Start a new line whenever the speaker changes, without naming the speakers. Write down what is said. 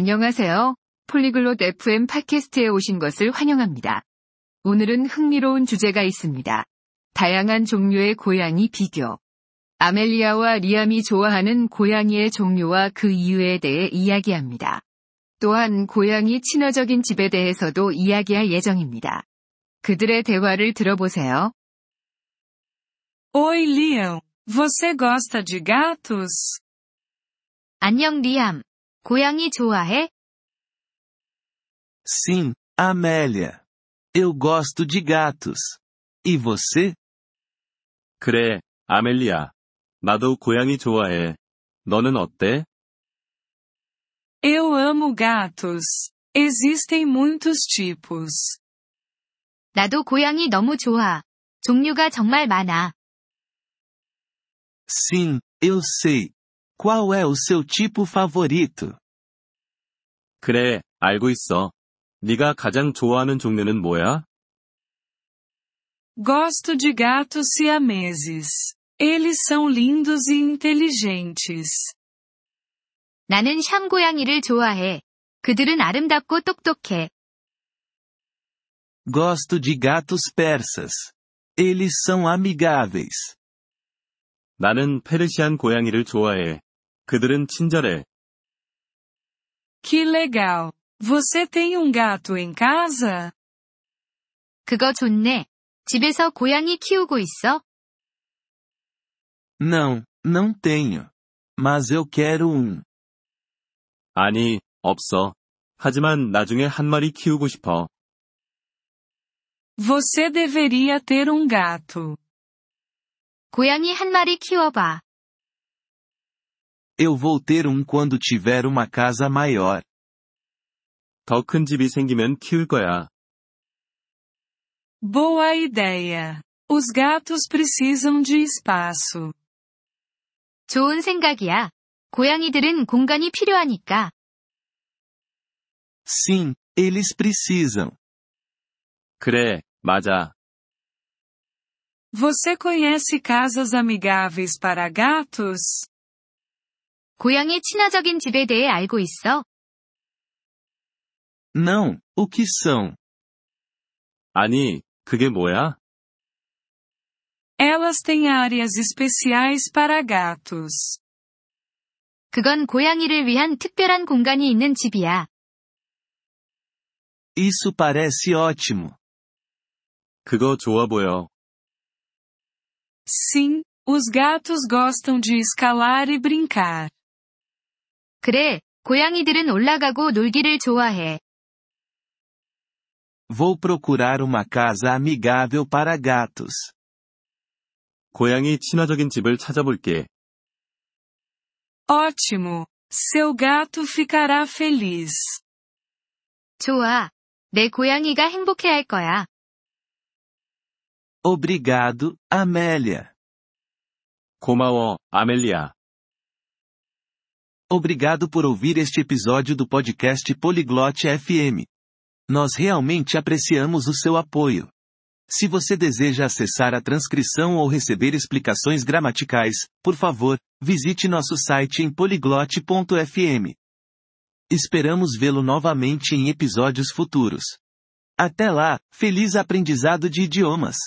안녕하세요. 폴리글롯 FM 팟캐스트에 오신 것을 환영합니다. 오늘은 흥미로운 주제가 있습니다. 다양한 종류의 고양이 비교. 아멜리아와 리암이 좋아하는 고양이의 종류와 그 이유에 대해 이야기합니다. 또한 고양이 친화적인 집에 대해서도 이야기할 예정입니다. 그들의 대화를 들어보세요.
Oi, Liam. Você gosta de gatos?
안녕 리암. 고양이 좋아해?
Sim, Amélia. Eu gosto de gatos. E você?
그래, 아멜리아. 나도 고양이 좋아해. 너는 어때?
Eu amo gatos. Existem muitos tipos.
나도 고양이 너무 좋아. 종류가 정말 많아.
Sim, eu sei. Qual é o seu tipo favorito?
그래, 알고 있어. 네가 가장 좋아하는 종류는 뭐야?
Gosto de gatos siameses. Eles são lindos e inteligentes.
나는 샴 고양이를 좋아해. 그들은 아름답고 똑똑해.
Gosto de gatos persas. Eles são amigáveis.
나는 페르시안 고양이를 좋아해. 그들은 친절해.
Que legal! Você tem um gato em casa?
그거 좋네. 집에서 고양이 키우고 있어?
Não, não tenho. Mas eu quero um.
아니, 없어. 하지만 나중에 한 마리 키우고 싶어.
Você deveria ter um gato.
고양이 한 마리 키워봐.
Eu vou ter um quando tiver uma casa maior.
더 큰 집이 생기면 키울 거야.
Boa ideia! Os gatos precisam de espaço.
좋은 생각이야. 고양이들은 공간이 필요하니까.
Sim, eles precisam.
그래, 맞아.
Você conhece casas amigáveis para gatos?
고양이 친화적인 집에 대해 알고 있어?
Não, o que são?
아니, 그게 뭐야?
Elas têm áreas especiais para gatos.
그건 고양이를 위한 특별한 공간이 있는 집이야.
Isso parece ótimo.
그거 좋아 보여.
Sim, os gatos gostam de escalar e brincar.
그래, 고양이들은 올라가고 놀기를 좋아해.
Vou procurar uma casa amigável para gatos.
고양이 친화적인 집을 찾아볼게.
Ótimo! Seu gato ficará feliz.
좋아. 내 고양이가 행복해할 거야.
Obrigado, Amélia.
고마워, 아멜리아.
Obrigado por ouvir este episódio do podcast Poliglote FM. Nós realmente apreciamos o seu apoio. Se você deseja acessar a transcrição ou receber explicações gramaticais, por favor, visite nosso site em poliglote.fm. Esperamos vê-lo novamente em episódios futuros. Até lá, feliz aprendizado de idiomas!